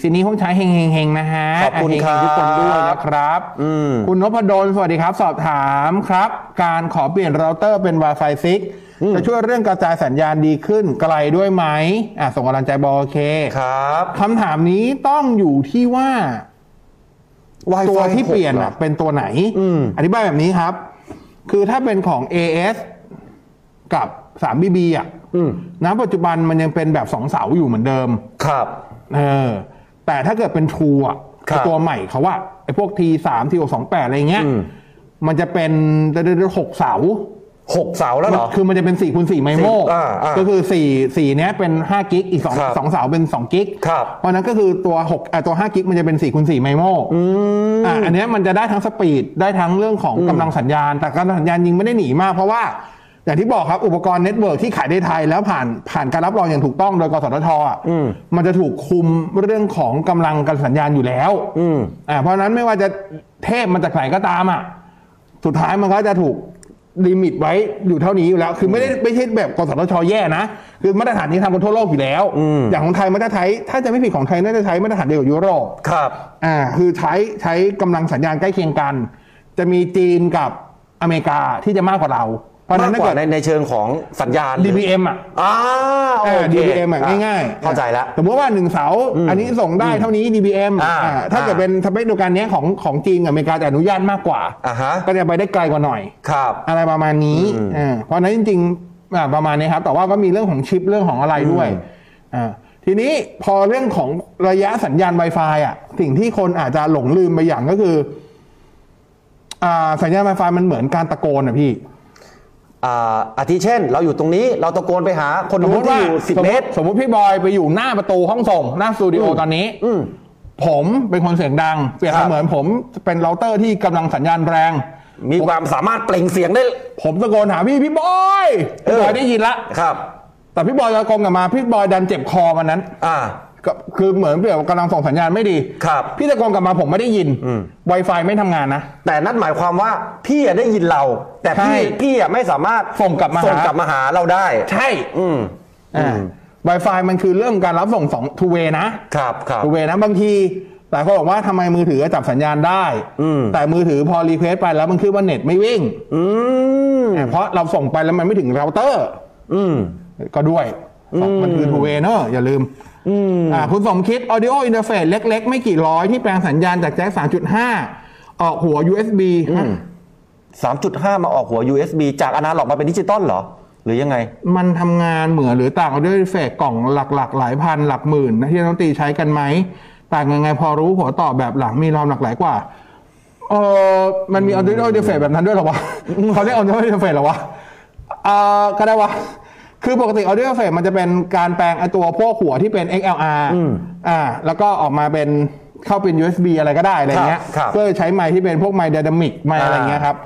สินนี้ห้องใช้เฮงเฮงเฮงนะฮะ
ขอบคุณ
เฮง
ค
เฮ
รับ
งทุกคนด้วยนะครับ
อืม
คุณนพดลสวัสดีครับ สอบถามครับ การขอเปลี่ยนเราเตอร์เป็น Wi-Fi 6 จะช่วยเรื่องกระจายสัญญาณดีขึ้นไกลด้วยไหมอ่าส่งกำลังใจบอเค
ครับ
คำถามนี้ต้องอยู่ที่ว่า
Wi-Fi
ตัวที่เปลี่ยน
หกหรอ
น่ะเป็นตัวไหน
อืม
ธิบายแบบนี้ครับ คือถ้าเป็นของ AS กับ 3BB อ่ะณปัจจุบันมันยังเป็นแบบสองเสาอยู่เหมือนเดิม
ครับ
เออ แต่ถ้าเกิดเป็น True อ่ะ
ครับ
ตัวใหม่เขาว่าไอ้พวก T3 T628 อะไรเงี้ย
อืม
มันจะเป็นหกเสา
หกเสาแล้วเหรอ
คือมันจะเป็น4ี่คูณสี่ไมโม
อ่าอ่า
ก็คือ4สี่เนี้ยเป็น5กิกอีกสอง
ครับ
สองเสาเป็น2กิก
ครับ
เพราะฉะนั้นก็คือตัว6เอ่อตัว5กิกมันจะเป็น4คูณ4ไมโม
อืม
อ่ะอันเนี้ยมันจะได้ทั้งสปีดได้ทั้งเรื่องของกำลังสัญญาณ แต่กำลังสัญญาณยิงไม่ได้หนีมาก เพราะว่า อย่างที่บอกครับอุปกรณ์เน็ตเวิร์กที่ขายในไทยแล้วผ่านผ่านการรับรองอย่างถูกต้องโดยกสทชอ่ะ
อืม
มันจะถูกคุมเรื่องของกำลังการสัญญาณอยู่แล้ว
อืม
อ่าเพราะฉะนั้นไม่ว่าจะเทพมันจากไหนก็ตามอ่ะสุดท้ายมันก็จะถูกลิมิตไว้อยู่เท่านี้อยู่แล้ว คือไม่ได้ไม่ใช่แบบกสทชแย่นะคือมาตรฐานนี้ทำกันทั่วโลกอยู่แล้ว อย่างของไทยมาตรฐานถ้าจะไม่ผิดของไทยน่าจะใช้มาตรฐานเดียวกับยุโรป
ครับ
อ่าคือใช้ใช้กำลังสัญญาณใกล้เคียงกัน จะมีจีนกับอเมริกาที่จะมากกว่าเรา เพราะฉะ
มา
นั้
ก
นถ้าก เกิ
ว่า
ด
ในในเชิงของสัญญาณ
DBM อ่ะ
อ่าโอ
เออ
เค
DBM อ่ะง่ายๆ
เข้าใจแล้ว
สมมติว่าหนึ่งเสาอันนี้ส่งได้เท่านี้ DBM
อ่า
อ่าถ้าเกิด
อ่า
เป็นสเปคเดียวกันเนี้ยของของจีนกับอเมริกาจะอนุญาตมากกว่า
อ่าฮะ
ก็จะไปได้ไกลกว่าหน่อย
ครับ
อะไรประมาณนี้อ่าเพราะฉะนั้นจริงๆอ่าประมาณนี้ครับ แต่ว่าก็มีเรื่องของชิปเรื่องของอะไรด้วยอ่าทีนี้พอเรื่องของระยะสัญญาณ Wi-Fi อ่ะ สิ่งที่คนอาจจะหลงลืมไปอย่างก็คืออ่าสัญญาณ Wi-Fi มันเหมือนการตะโกนอ่ะพี่
อ่าอาทิเช่น เราอยู่ตรงนี้เราตะโกนไปหาคน
สม
นู้
ม
น
ติ
ที่
ว่า
อยู่สิบเมตร
สมมติพี่บอยไปอยู่หน้าประตูห้องส่ง หน้าสตูดิโอตอนนี้
อืม
ผมเป็นคนเสียงดัง เปรียบ
ครั
เส
บ
มือนผมเป็นเราเตอร์ที่กำลังสัญญาณแรง
มีความสามารถเปล่งเสียงได้
ผมตะโกนหาพี่พี่บอยพี่บอย
เออ
ได้ยินละ
ครับ
แต่พี่บอยตะโกนกลับมาพี่บอยดันเจ็บคอวันนั้น
อ่า
ก็คือเหมือนเปลี่ยนกำลังส่งสัญญาณไม่ดี
ครับ
พี่ตะโกนกลับมาผมไม่ได้ยิน Wi-Fi ไม่ทำงานนะ
แต่นั่นหมายความว่าพี่อะได้ยินเรา แต่พี่
ใช่
พี่อะไม่สามารถ
ส่งกลับมาหา
ส่งกลับมาหาเราได้
ใช่
อืม
อ่า Wi-Fi มันคือเรื่องการรับส่งสองทูเวนะครับ
ครับ
ทูเวนะบางที หลายคนบอกว่าทำไมมือถือจับสัญญาณได้
อืม
แต่มือถือพอรีเควสไปแล้วมันขึ้นว่าเน็ตไม่วิ่ง
อืม
อ่าเพราะเราส่งไปแล้วมันไม่ถึงเราเตอร์
อืม
ก็ด้วยสองมันคือทูเวเนอะอย่าลืมอ่าคุณสมคิด Audio Interface เล็ก ๆ ไม่กี่ร้อยที่แปลงสัญญาณจากแจ็ค3.5 ออกหัว USB ฮะ
3.5 มาออกหัว USB จากอนาล็อกมาเป็นดิจิตอลเหรอ หรือยังไง
มันทำงานเหมือนหรือต่าง Audio Interface กล่องหลัก ๆ หลายพัน หลักหมื่นนะที่นักดนตรีใช้กันไหม ต่างยังไงพอรู้หัวต่อแบบหลังมีรอมหลากหลายกว่าเออมันมี Audio Interface แบบนั้นด้วยเหรอวะ เขาเรียก Audio Interface เหรอวะอ่าก็ได้วะคือปกติ Audio Interface มันจะเป็นการแปลงไอตัวพวกหัวที่เป็น XLR อ่าแล้วก็ออกมาเป็น เข้าเป็น USB อะไรก็ได้อะไรเงี้ย
ครับ
ก็ใช้ไมค์ที่เป็นพวกไมค์ไดนามิกไมค์อะไรเงี้ยครับ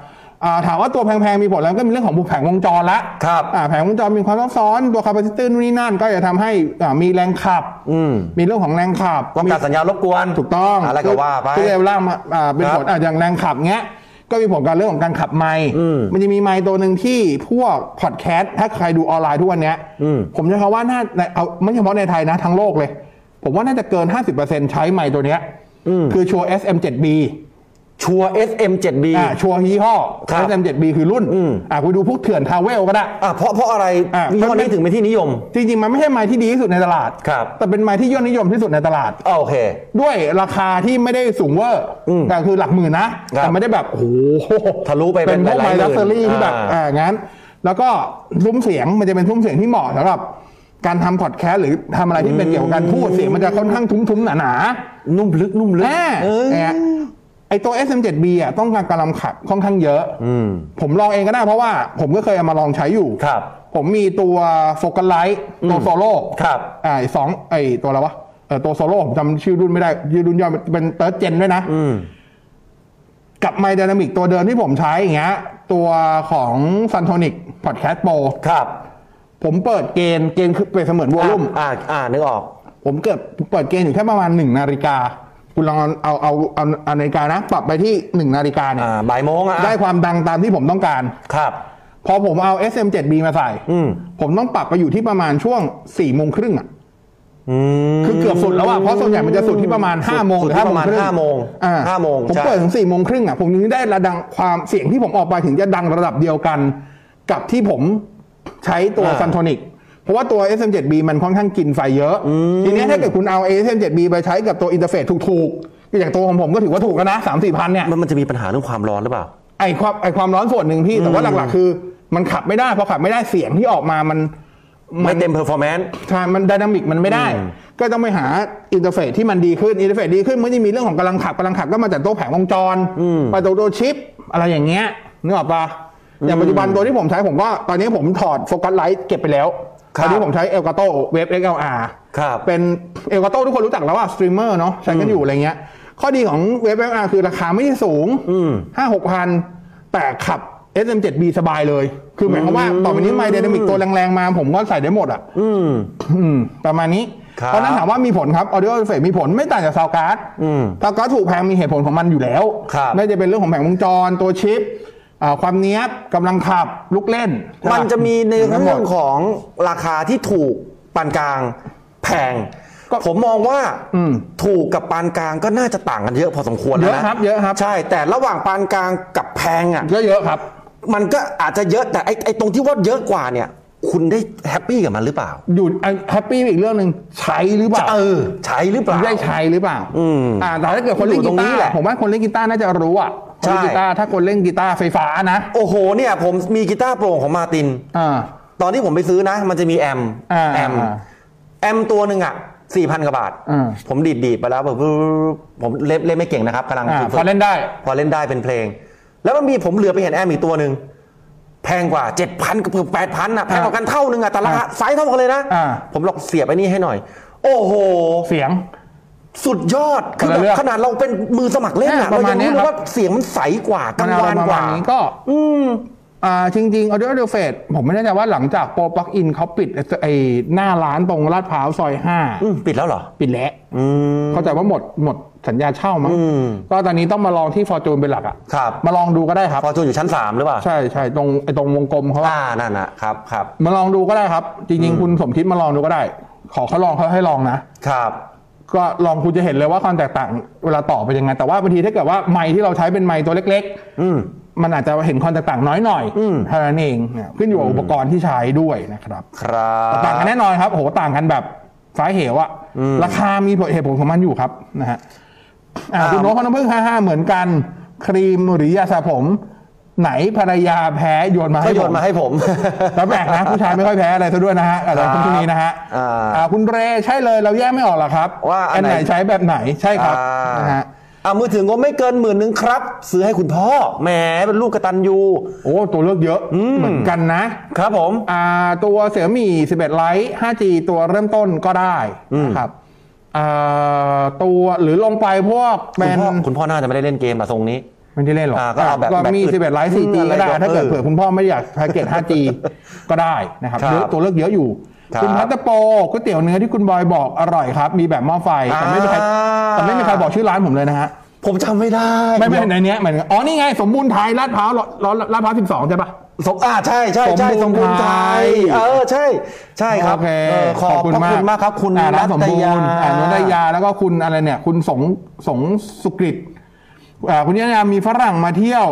อ่าถามว่าตัวแพงๆมีผลแล้วก็มีเรื่องของบุกแผงวงจรละ
ครับ
อ่าแผงวงจรมีความซับซ้อนตัวคาปาซิเตอร์นู่นนี่นั่นก็จะทำให้อ่ามีแรงขับ
อืม
มีเรื่องของแรงขับ
ป้องกันสัญญาณรบกวน
ถูกต้อง
อะไรก็ว่าไป
คือเรียกว่าอ่าเป็น
ครับ
ผลอ่ะอย่างแรงขับเงี้ย ก็มีผลกับเรื่องของการขับไมค์
อืม
มันจะมีไมค์ตัวหนึ่งที่พวกพอดแคสต์ถ้าใครดูออนไลน์ทุกวันเนี้ย
อืม
ผมจะเขาว่าน่าในเอาไม่เฉพาะในไทยนะทั้งโลกเลย ผมว่าน่าจะเกิน 50%ใช้ไมค์ตัวเนี้ยคือชัว SM7B
ชัวร์ SM7B
อ่าชัวยี่ห้อ
ครับ
SM7B คือรุ่น
อืม
อ่าคุณดูพวกเถื่อนทาวเวลก็ได้
อ่ะเพราะเพราะอะไร
อ่ะ
ยี่ห้อ
มันเป็
นี้
น
ถึงเป็นที่นิยม
จริงๆ มันไม่ใช่ไมค์ที่ดีที่สุดในตลาด
ครับ
แต่เป็นไมค์ที่ยอดนิยมที่สุดในตลาด
อ่ะโอเค
ด้วยราคาที่ไม่ได้สูงเวอร์
อืม
แต่คือหลักหมื่นนะ
ครับ
แต่ไม่ได้แบบโอ้โห
ทะลุไปเป็
เป็น นพวก
หลาย
ไม
ๆหมื่น
ลักเซอรี่ที่แบบ
อ่า
อ่างั้น แล้วก็ซุ้มเสียงมันจะเป็นซุ้มเสียงที่เหมาะสำหรับการทำพอดแคสต์หรือทำอะไรที่เป็นเกี่ยวกับการพูดเสียงมันจะค่อนข้างทุ้มๆ หนาๆ นุ่มลึกนุ่มลึกแน่
เออ
เนี่ยไอตัว SM7B อ่ะต้องการกำลังขับค่อนข้างเยอะ
อืม
ผมลองเองก็ได้เพราะว่าผมก็เคยเอามาลองใช้อยู่
ครับ
ผมมีตัวโฟกัสไลท์ตัวโซโล่
ครับ
อ่าไอ้สองไอ้ตัวอะไรวะเออตัวโซโล่ผมจำชื่อรุ่นไม่ได้ชื่อรุ่นย่อเป็นเติร์ดเจนด้วยนะ
อืม
กับไม d y นามิกตัวเดิมที่ผมใช้อย่างเงี้ยตัวของซันโทนิกพอดแคสต์โปร
ครับ
ผมเปิดเกณฑ์เกณฑ์คือเปรียบเสมือนวอลลุ่ม
อ่าอ่านึกออก
ผมเกิดเปิดเกณฑ์อยู่แค่ประมาณหนึ่งนาฬิกา คุณลองเอาเอาเอาเอาเอานาฬิกานะปรับไปที่หนึ่งนาฬิกาเนี่ย
อ่าบ่ายโมงอ่ะ
ได้ความดังตามที่ผมต้องการ
ครับ
พอผมเอา SM7B มาใส่
อืม
ผมต้องปรับไปอยู่ที่ประมาณช่วง4ี่โมงครึ่งอ่ะ
อืม
คือเกือบสุดแล้วอ่ะ เพราะส่วนใหญ่มันจะสุดที่ประมาณ5้าโมง
สุดที่ประมาณ
ครึ่ง
ห้าโมง
อ่า
ห้าโมง
ผม
ใช่
เปิดถึง4ี่โมงครึ่งอ่ะ ผมยังได้ระดังความเสียงที่ผมออกไปถึงจะดังระดับเดียวกัน กับที่ผมใช้ตัว
อ่า
ซันโทนิก เพราะว่าตัว SM7B มันค่อนข้างกินไฟเยอะ ทีเนี้ยถ้าเกิดคุณเอา SM7B ไปใช้กับตัวอินเทอร์เฟซถูกๆ อย่างตัวของผมก็ถือว่าถูกแล้วนะสามสี่พันเนี่ย
มันมันจะมีปัญหาเรื่องความร้อนหรือเปล่า
ไอความไอความร้อนส่วนหนึ่งพี่ แต่ว่าหลักๆ คือ มันขับไม่ได้พอขับไม่ได้เสียงที่ออกมามัน
ไม่เต็มเพอร์ฟอร์แมนซ์
ใช่มันดินามิกมันไม่ได้ ก็ต้องไปหาอินเทอร์เฟซที่มันดีขึ้น อินเทอร์เฟซดีขึ้นมันจะมีเรื่องของกำลังขับกำลังขับก็มาจากตัวแผงวงจร มาจากตัวชิป อะไรอย่างเงี้ยนึกออกปะอย่างปัจจุบันตัวที่ผมใช้ผมก็ตอนนี้ผมถอดโฟกัสไลท์เก็บไปแล้ว
ครับ
ตอนนี้ผมใช้เอลกาโตเวฟเอ็กเอลอาร์
ครับ
เป็นเอลกาโตทุกคนรู้จักแล้วว่าสตรีมเมอร์เนาะใช้กันอยู่อะไรเงี้ย ข้อดีของเวฟเอ็กอาร์คือราคาไม่ได้สูงห้าหกพันแต่ขับ SM7B สบายเลย คือหมายความว่าต่อไปนี้ไมค์ไดนามิกตัวแรงๆมาผมก็ใส่ได้หมดอ่ะ
อืม
อืมประมาณนี้
ครับ
เพราะฉะนั้นถามว่ามีผลครับ audio interface มีผลไม่ต่างจากซาวการ์ด
อืม
ซาวการ์ดถูกแพงมีเหตุผลของมันอยู่แล้ว
ครับ
ไม่ว่าจะเป็นเรื่องของแผงวงจรตัวชิปอ่าความเนี้ยบกำลังขับลูกเล่น
มันจะมีใน
ทั้งหม
เรื่
ด
องของราคาที่ถูกปานกลางแพง
ก็
ผมมองว่า
อืม
ถูกกับปานกลางก็น่าจะต่างกันเยอะพอสมควรแล้วนะ
เยอะครับเยอะครับ
ใช่ แต่ระหว่างปานกลางกับแพงอ่ะ
เยอะๆครับ
มันก็อาจจะเยอะแต่ไอ้ไอ้ตรงที่ว่าเยอะกว่าเนี่ย คุณได้แฮปปี้กับมันหรือเปล่า
อยู่แฮปปี้อีกเรื่องหนึ่งใช้หรือเปล่า
เออ ใช้หรือเปล่า
ได้ใช้หรือเปล่า
อืม
อ่าแต่ถ้าเกิดคนเล่น
อยู่ตรง
กี
นี้
ตาร์
แหละ
ผมว่าคนเล่นกีตาร์น่าจะรู้อ่ะคนเล่น
ใช่
กีตาร์ถ้าคนเล่นกีตาร์ไฟฟ้านะ
โอ้โหเนี่ย ผมมีกีตาร์โปร่งของมาติน
อ่า
ตอนที่ผมไปซื้อนะ มันจะมีแอม
อ่า
แอม
อ่า
แอมตัวหนึ่งอ่ะสี่พันกว่าบาท
อ่า
ผมดีดดีดไปแล้วแบบผมเล่นเล่นไม่เก่งนะครับกำลัง
อ่า
ฝึก
พอเล่นได้
พอเล่นได้เป็นเพลง แล้วมันมีผมเหลือไปเห็นแอมอีกตัวหนึ่งแพงกว่าเจ็ดพันกับแปดพันอ่ะแพงกว่ากันเท่านึงอ่ะแต่ราคาไซส์เท่ากันเลยนะ
อ่า
ผมลองเสียบไอ้นี่ให้หน่อย โอ้โห
เสียง
สุดยอดคือ
คน
แบ
ละเรื่
บ
อง
ขนาดเราเป็นมือสมัครเล่นอะ
ป
เรา
ระมา
ยั
ณ
ง
เนี้
รู้
ย
เลย
ครับ
ว่าเสียงมันใสกว่ากังวาน
ป
ก
ระมา
ว่า
ณนี้ก็
อืม
อ่าจริงๆ audio interface ผมไม่แน่ใจว่าหลังจากโปรปลักอินเขาปิดไอ้ไอ้หน้าร้านตรงลาดพร้าวซอย
อืมปิดแล้วเหรอ
5 ปิดแล้ว
อืม
เข้าใจว่าหมดหมดสัญญาเช่ามั้ง
อืม
ก็ตอนนี้ต้องมาลองที่ฟอร์จูนเป็นหลักอะ
ครับ
มาลองดูก็ได้ครับ
ฟอร์จูนอยู่ชั้น 3 หรือเปล่า
ใช่ใช่ตรงไอ้ตรงวงกลมเขาอะ
อ่านั่นนะครับครับ
มาลองดูก็ได้ครับ จริงๆ คุณสมคิดมาลองดูก็ได้ ขอเขาลองเขาให้ลองนะ
ครับ
ก็ลองคุณจะเห็นเลยว่าความแตกต่างเวลาต่อเป็นยังไง แต่ว่าบางทีถ้าเกิดว่าไม้ที่เราใช้เป็นไม้ตัวเล็ก ๆ
อืม
มันอาจจะเห็นความแตกต่างน้อยหน่อย
อืม
เท่านั้นเองเนี่ยขึ้นอยู่กับอุปกรณ์ที่ใช้ด้วยนะครับ
ครับ
ต่างกันแน่นอนครับโอ้โหต่างกันแบบฟ้าเหวอะราคามีเหตุผลของมันอยู่ครับนะฮะอ่ะคุณโน้ตพน้ำพึ่งห้าห้าเหมือนกัน ครีมหรือยาสระผม ไหนภรรยาแพ้โยนมา
ก็
ให้
โย
ผ
น
ม
มาให้ผม
แล้วแปลกนะ ผู้ชายไม่ค่อยแพ้อะไรซะด้วยนะฮะอะ
ค
ไร
รับ
ช่วงนี้นะฮะ
อ่า
อ่ะคุณเรใช่เลยเราแยกไม่ออกหรอกครับ
ว่าอัน
น
ไหน
ไหนใช้แบบไหนใช่ครับ
อ่า
นะฮะ
อ่ามือถืองบไม่เกินหมื่นหนึ่งครับ ซื้อให้คุณพ่อแหมเป็นลูกกตันยู
โอ้ตัวเลือกเยอะเหมือนกันนะครับ
ผม
อ่าตัวเสี่ยมี่11ไลท์ 5G ตัวเริ่มต้นก็ได้นะครับ เอ่อตัวหรือลงไปพวก
คุ
เป็
ณ
น
พ่อคุณพ่อน่าจะไม่ได้เล่นเกมอะทรงนี้
ไม่ได้เล่นหรอก
อ่าก็เอาแบบ
ก็มี
แบบอื่น
11ไลท์ 4G ก็ได้
อะไรแบบ
ถ้าเกิด
เออ
เผื่อคุณพ่อไม่อยากแพ็กเกจ 5G ก็ได้นะครับ
ครับ
เยอะตัวเลือกเยอะอยู่
ครับ
คุณพัตตโปก๋วยเตี๋ยวเนื้อที่คุณบอยบอกอร่อยครับ มีแบบหม้อไฟแต่ไม่มีใคร
อ่า
แต่ไม่มีใครบอกชื่อร้านผมเลยนะฮะ
ผมจำไม่ได้
ไม่ไม่ในเนี้ยเหมือนกันอ๋อนี่ไงสมบูรณ์ไทยลาดพร้าวร้อยลาดพร้าวสิบสองใช่ปะ
สมอ่าใช่ใช่ใช่
ส
ส
ม
ม
บู
บู
ร
ร
ณ์
ณ์
ไท
ไท
ย
ยเออใช่ ใช่ครับ
โอเค
เออขอบพระคุณมากครับ คุณ
อ่ร้านสม
ต
บู
ยา
รณ์อ่ารัตยาแล้วก็คุณอะไรเนี่ย คุณสงสงสุกฤตอ่าคุณยามีฝรั่งมาเที่ยว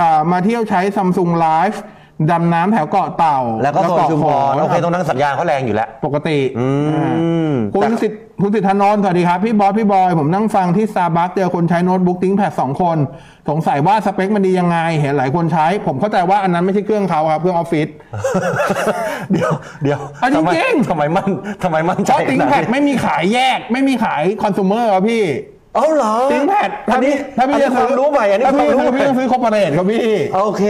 อ่ามาเที่ยวใช้ซัมซุงไลฟ์ดำน้ำแถวเกาะเต่า
แล้วก็โซน
เาะ
ชุมพร
ข
โอเคตรงนั้นสัญญาณเขาแรงอยู่ แล้ว
ปกติอ่า
อืม
คุณ
แต่
สิทธิ์คุณสิทธานนท์สวัสดีครับ พี่บอสพี่บอย ผมนั่งฟังที่ซาบักเจอคนใช้โน้ตบุ๊กติ้งแพดสองคน สงสัยว่าสเปคมันดียังไง เห็นหลายคนใช้ ผมเข้าใจว่าอันนั้นไม่ใช่เครื่องเขาครับเครื่องออฟฟิศ
เดี๋ยวเดี๋ยว
อ่ะจริงๆ
ทำไมทำไมมั่นทำไมมั่น
เพ
ใจ
ราะติ้ง
ขนาด
แพด
นี้
ไม่มีขายแยก ไม่มีขายคอน sumer ครับพี่
เอาเหรอ
ThinkPad
อันนี้
ถ้าพี่
อันนี้
จะ
ค
ซื้
วา
อ
มรู้ใหม่อันนี้
ถ้า
ความรู้ใหม่
พี่ซื้อพี่ต้องซื้อคอร์ปอเรทครับพี่
โอเค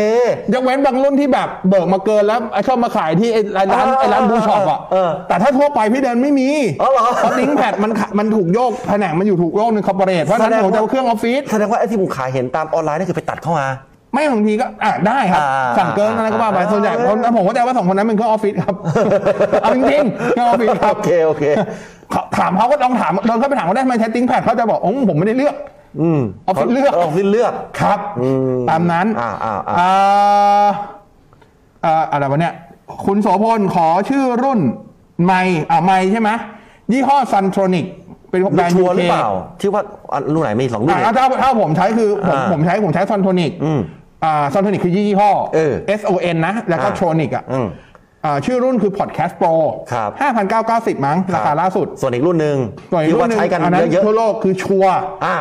ยกเว้นบางรุ่นที่แบบเบิกมาเกินแล้วไอ้ชอบมาขายที่ไอ้ร้าน
เออ
ไอ้ร้านบูช็อปอ่ะ
เออ
แต่ถ้าทั่วไปพี่เดินไม่มี
อ๋อเหรอ
เพราะติ้งแพดมันขะมันถูกโยกแผนกมันอยู่ถูกโยกหนึ่งคอร์ปอเรทเพราะฉะนั้น
แสดง
ผมจะเอา
ว่า
เครื่องออฟฟิศ
แสดงว่าไอ้ที่ผมขายเห็นตามออนไลน์นั่นคือไปตัดเข้ามา
ไม่บางทีก็อ่ะได้ครับ
อ่า
สั่งเกินอะไรก็ว่าไป
อ่า
ส่วนใหญ่
เออ
ผมผมเข้าใจว่าสองคนนั้นเป็นเครื่องออฟฟิศครับเอาจริงๆเครื่องออฟฟิศครับ
โอเคโอเค
เขาถามเขาก็ลองถามเดินเข้าไปถามเขาได้ไหมใช้ติ้งแพดเขาจะบอกโอ้ผมไม่ได้เลือก
อืม
ออฟฟิศเลือก
ออฟฟิศเลือก
ครับ
อืม
ตามนั้น
อ่าอ่าอ่า
อ่าอ่าอะไรวะเนี่ย คุณโสพลขอชื่อรุ่นไม่อ่าไม่ใช่ไหมยี่ห้อซันโทรนิกเป็นของแบ
ลู
ร
ก
นด์
ชั
ยู
วร์ห
เค
รือเปล่าชื่อว่าอ่ะรุ่นไหนมีสองรุ่นเนี่ย
ถ้าถ้าผมใช้คือผม
อ่า
ผมใช้ผมใช้ซันโทรนิก
อืม
อ่าซันโทรนิกคือยี่ห้อ
เออ
S O N นะ แล้วก็
อ่า
โทรนิกอ่ะ
อืม
อ่าชื่อรุ่นคือ Podcast Pro
ครับ
5,990 มั้งราคาล่าสุด
ส่วนอีกรุ่นหนึ่ง
ส่วนอีก
ที่
รุ่น
ว่า
หนึ่ง
ใช้กัน
อันนั้น
เยอะ
ทั่วโลกคือชัว
อ่า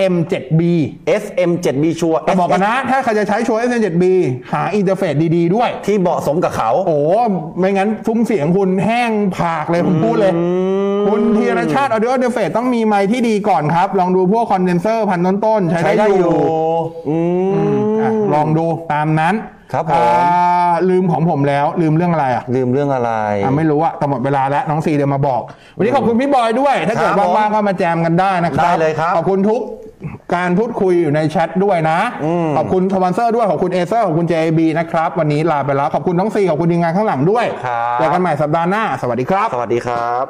SM7B
ๆ SM7B ชัวร์
แต่บอกกันนะ ถ้าใครจะใช้ชัว SM7B หาอินเทอร์เฟซดี ๆ ด้วย
ที่เหมาะสมกับเขา
โอ้ไม่งั้นซุ้มเสียงคุณแห้งผากเลยผมพูดเลย คุณธีรชาติออเดอร์เดเฟตต้องมีไมค์ที่ดีก่อนครับ ลองดูพวกคอนเดนเซอร์พันต้นๆ ใช้
ใช้ได้
ได้อ
อยู่ ยู่ อืม
อ่ะลองดูตามนั้น
ครับผม
อ่าลืมของผมแล้วลืมเรื่องอะไรอ่ะ
ลืมเรื่องอะไร
อ่ะไม่รู้อะแต่หมดเวลาแล้วน้องซีเดี๋ยวมาบอก วันนี้ขอบคุณพี่บอยด้วย ถ้าเกิด
ครับผม
ว่างๆก็มาแจมกันได้นะครับ
ได้เลยครับ
ขอบคุณทุกการพูดคุยอยู่ในแชทด้วยนะ ขอบคุณสปอนเซอร์ด้วย ขอบคุณเอเซอร์ขอบคุณ JB นะครับ วันนี้ลาไปแล้ว ขอบคุณน้องซีขอบคุณทีมงานข้างหลังด้วย
ครับ
เจอกันใหม่สัปดาห์หน้า สวัสดีครับ
สวัสดีครับ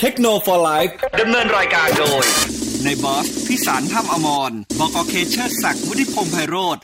เทคโนโลยีไลฟ์ดำเนินรายการโดย ในบอสพิสารถ้ำอมรบอกอเคเชอร์ศักดิ์วุฒิพงษ์ไพโรธ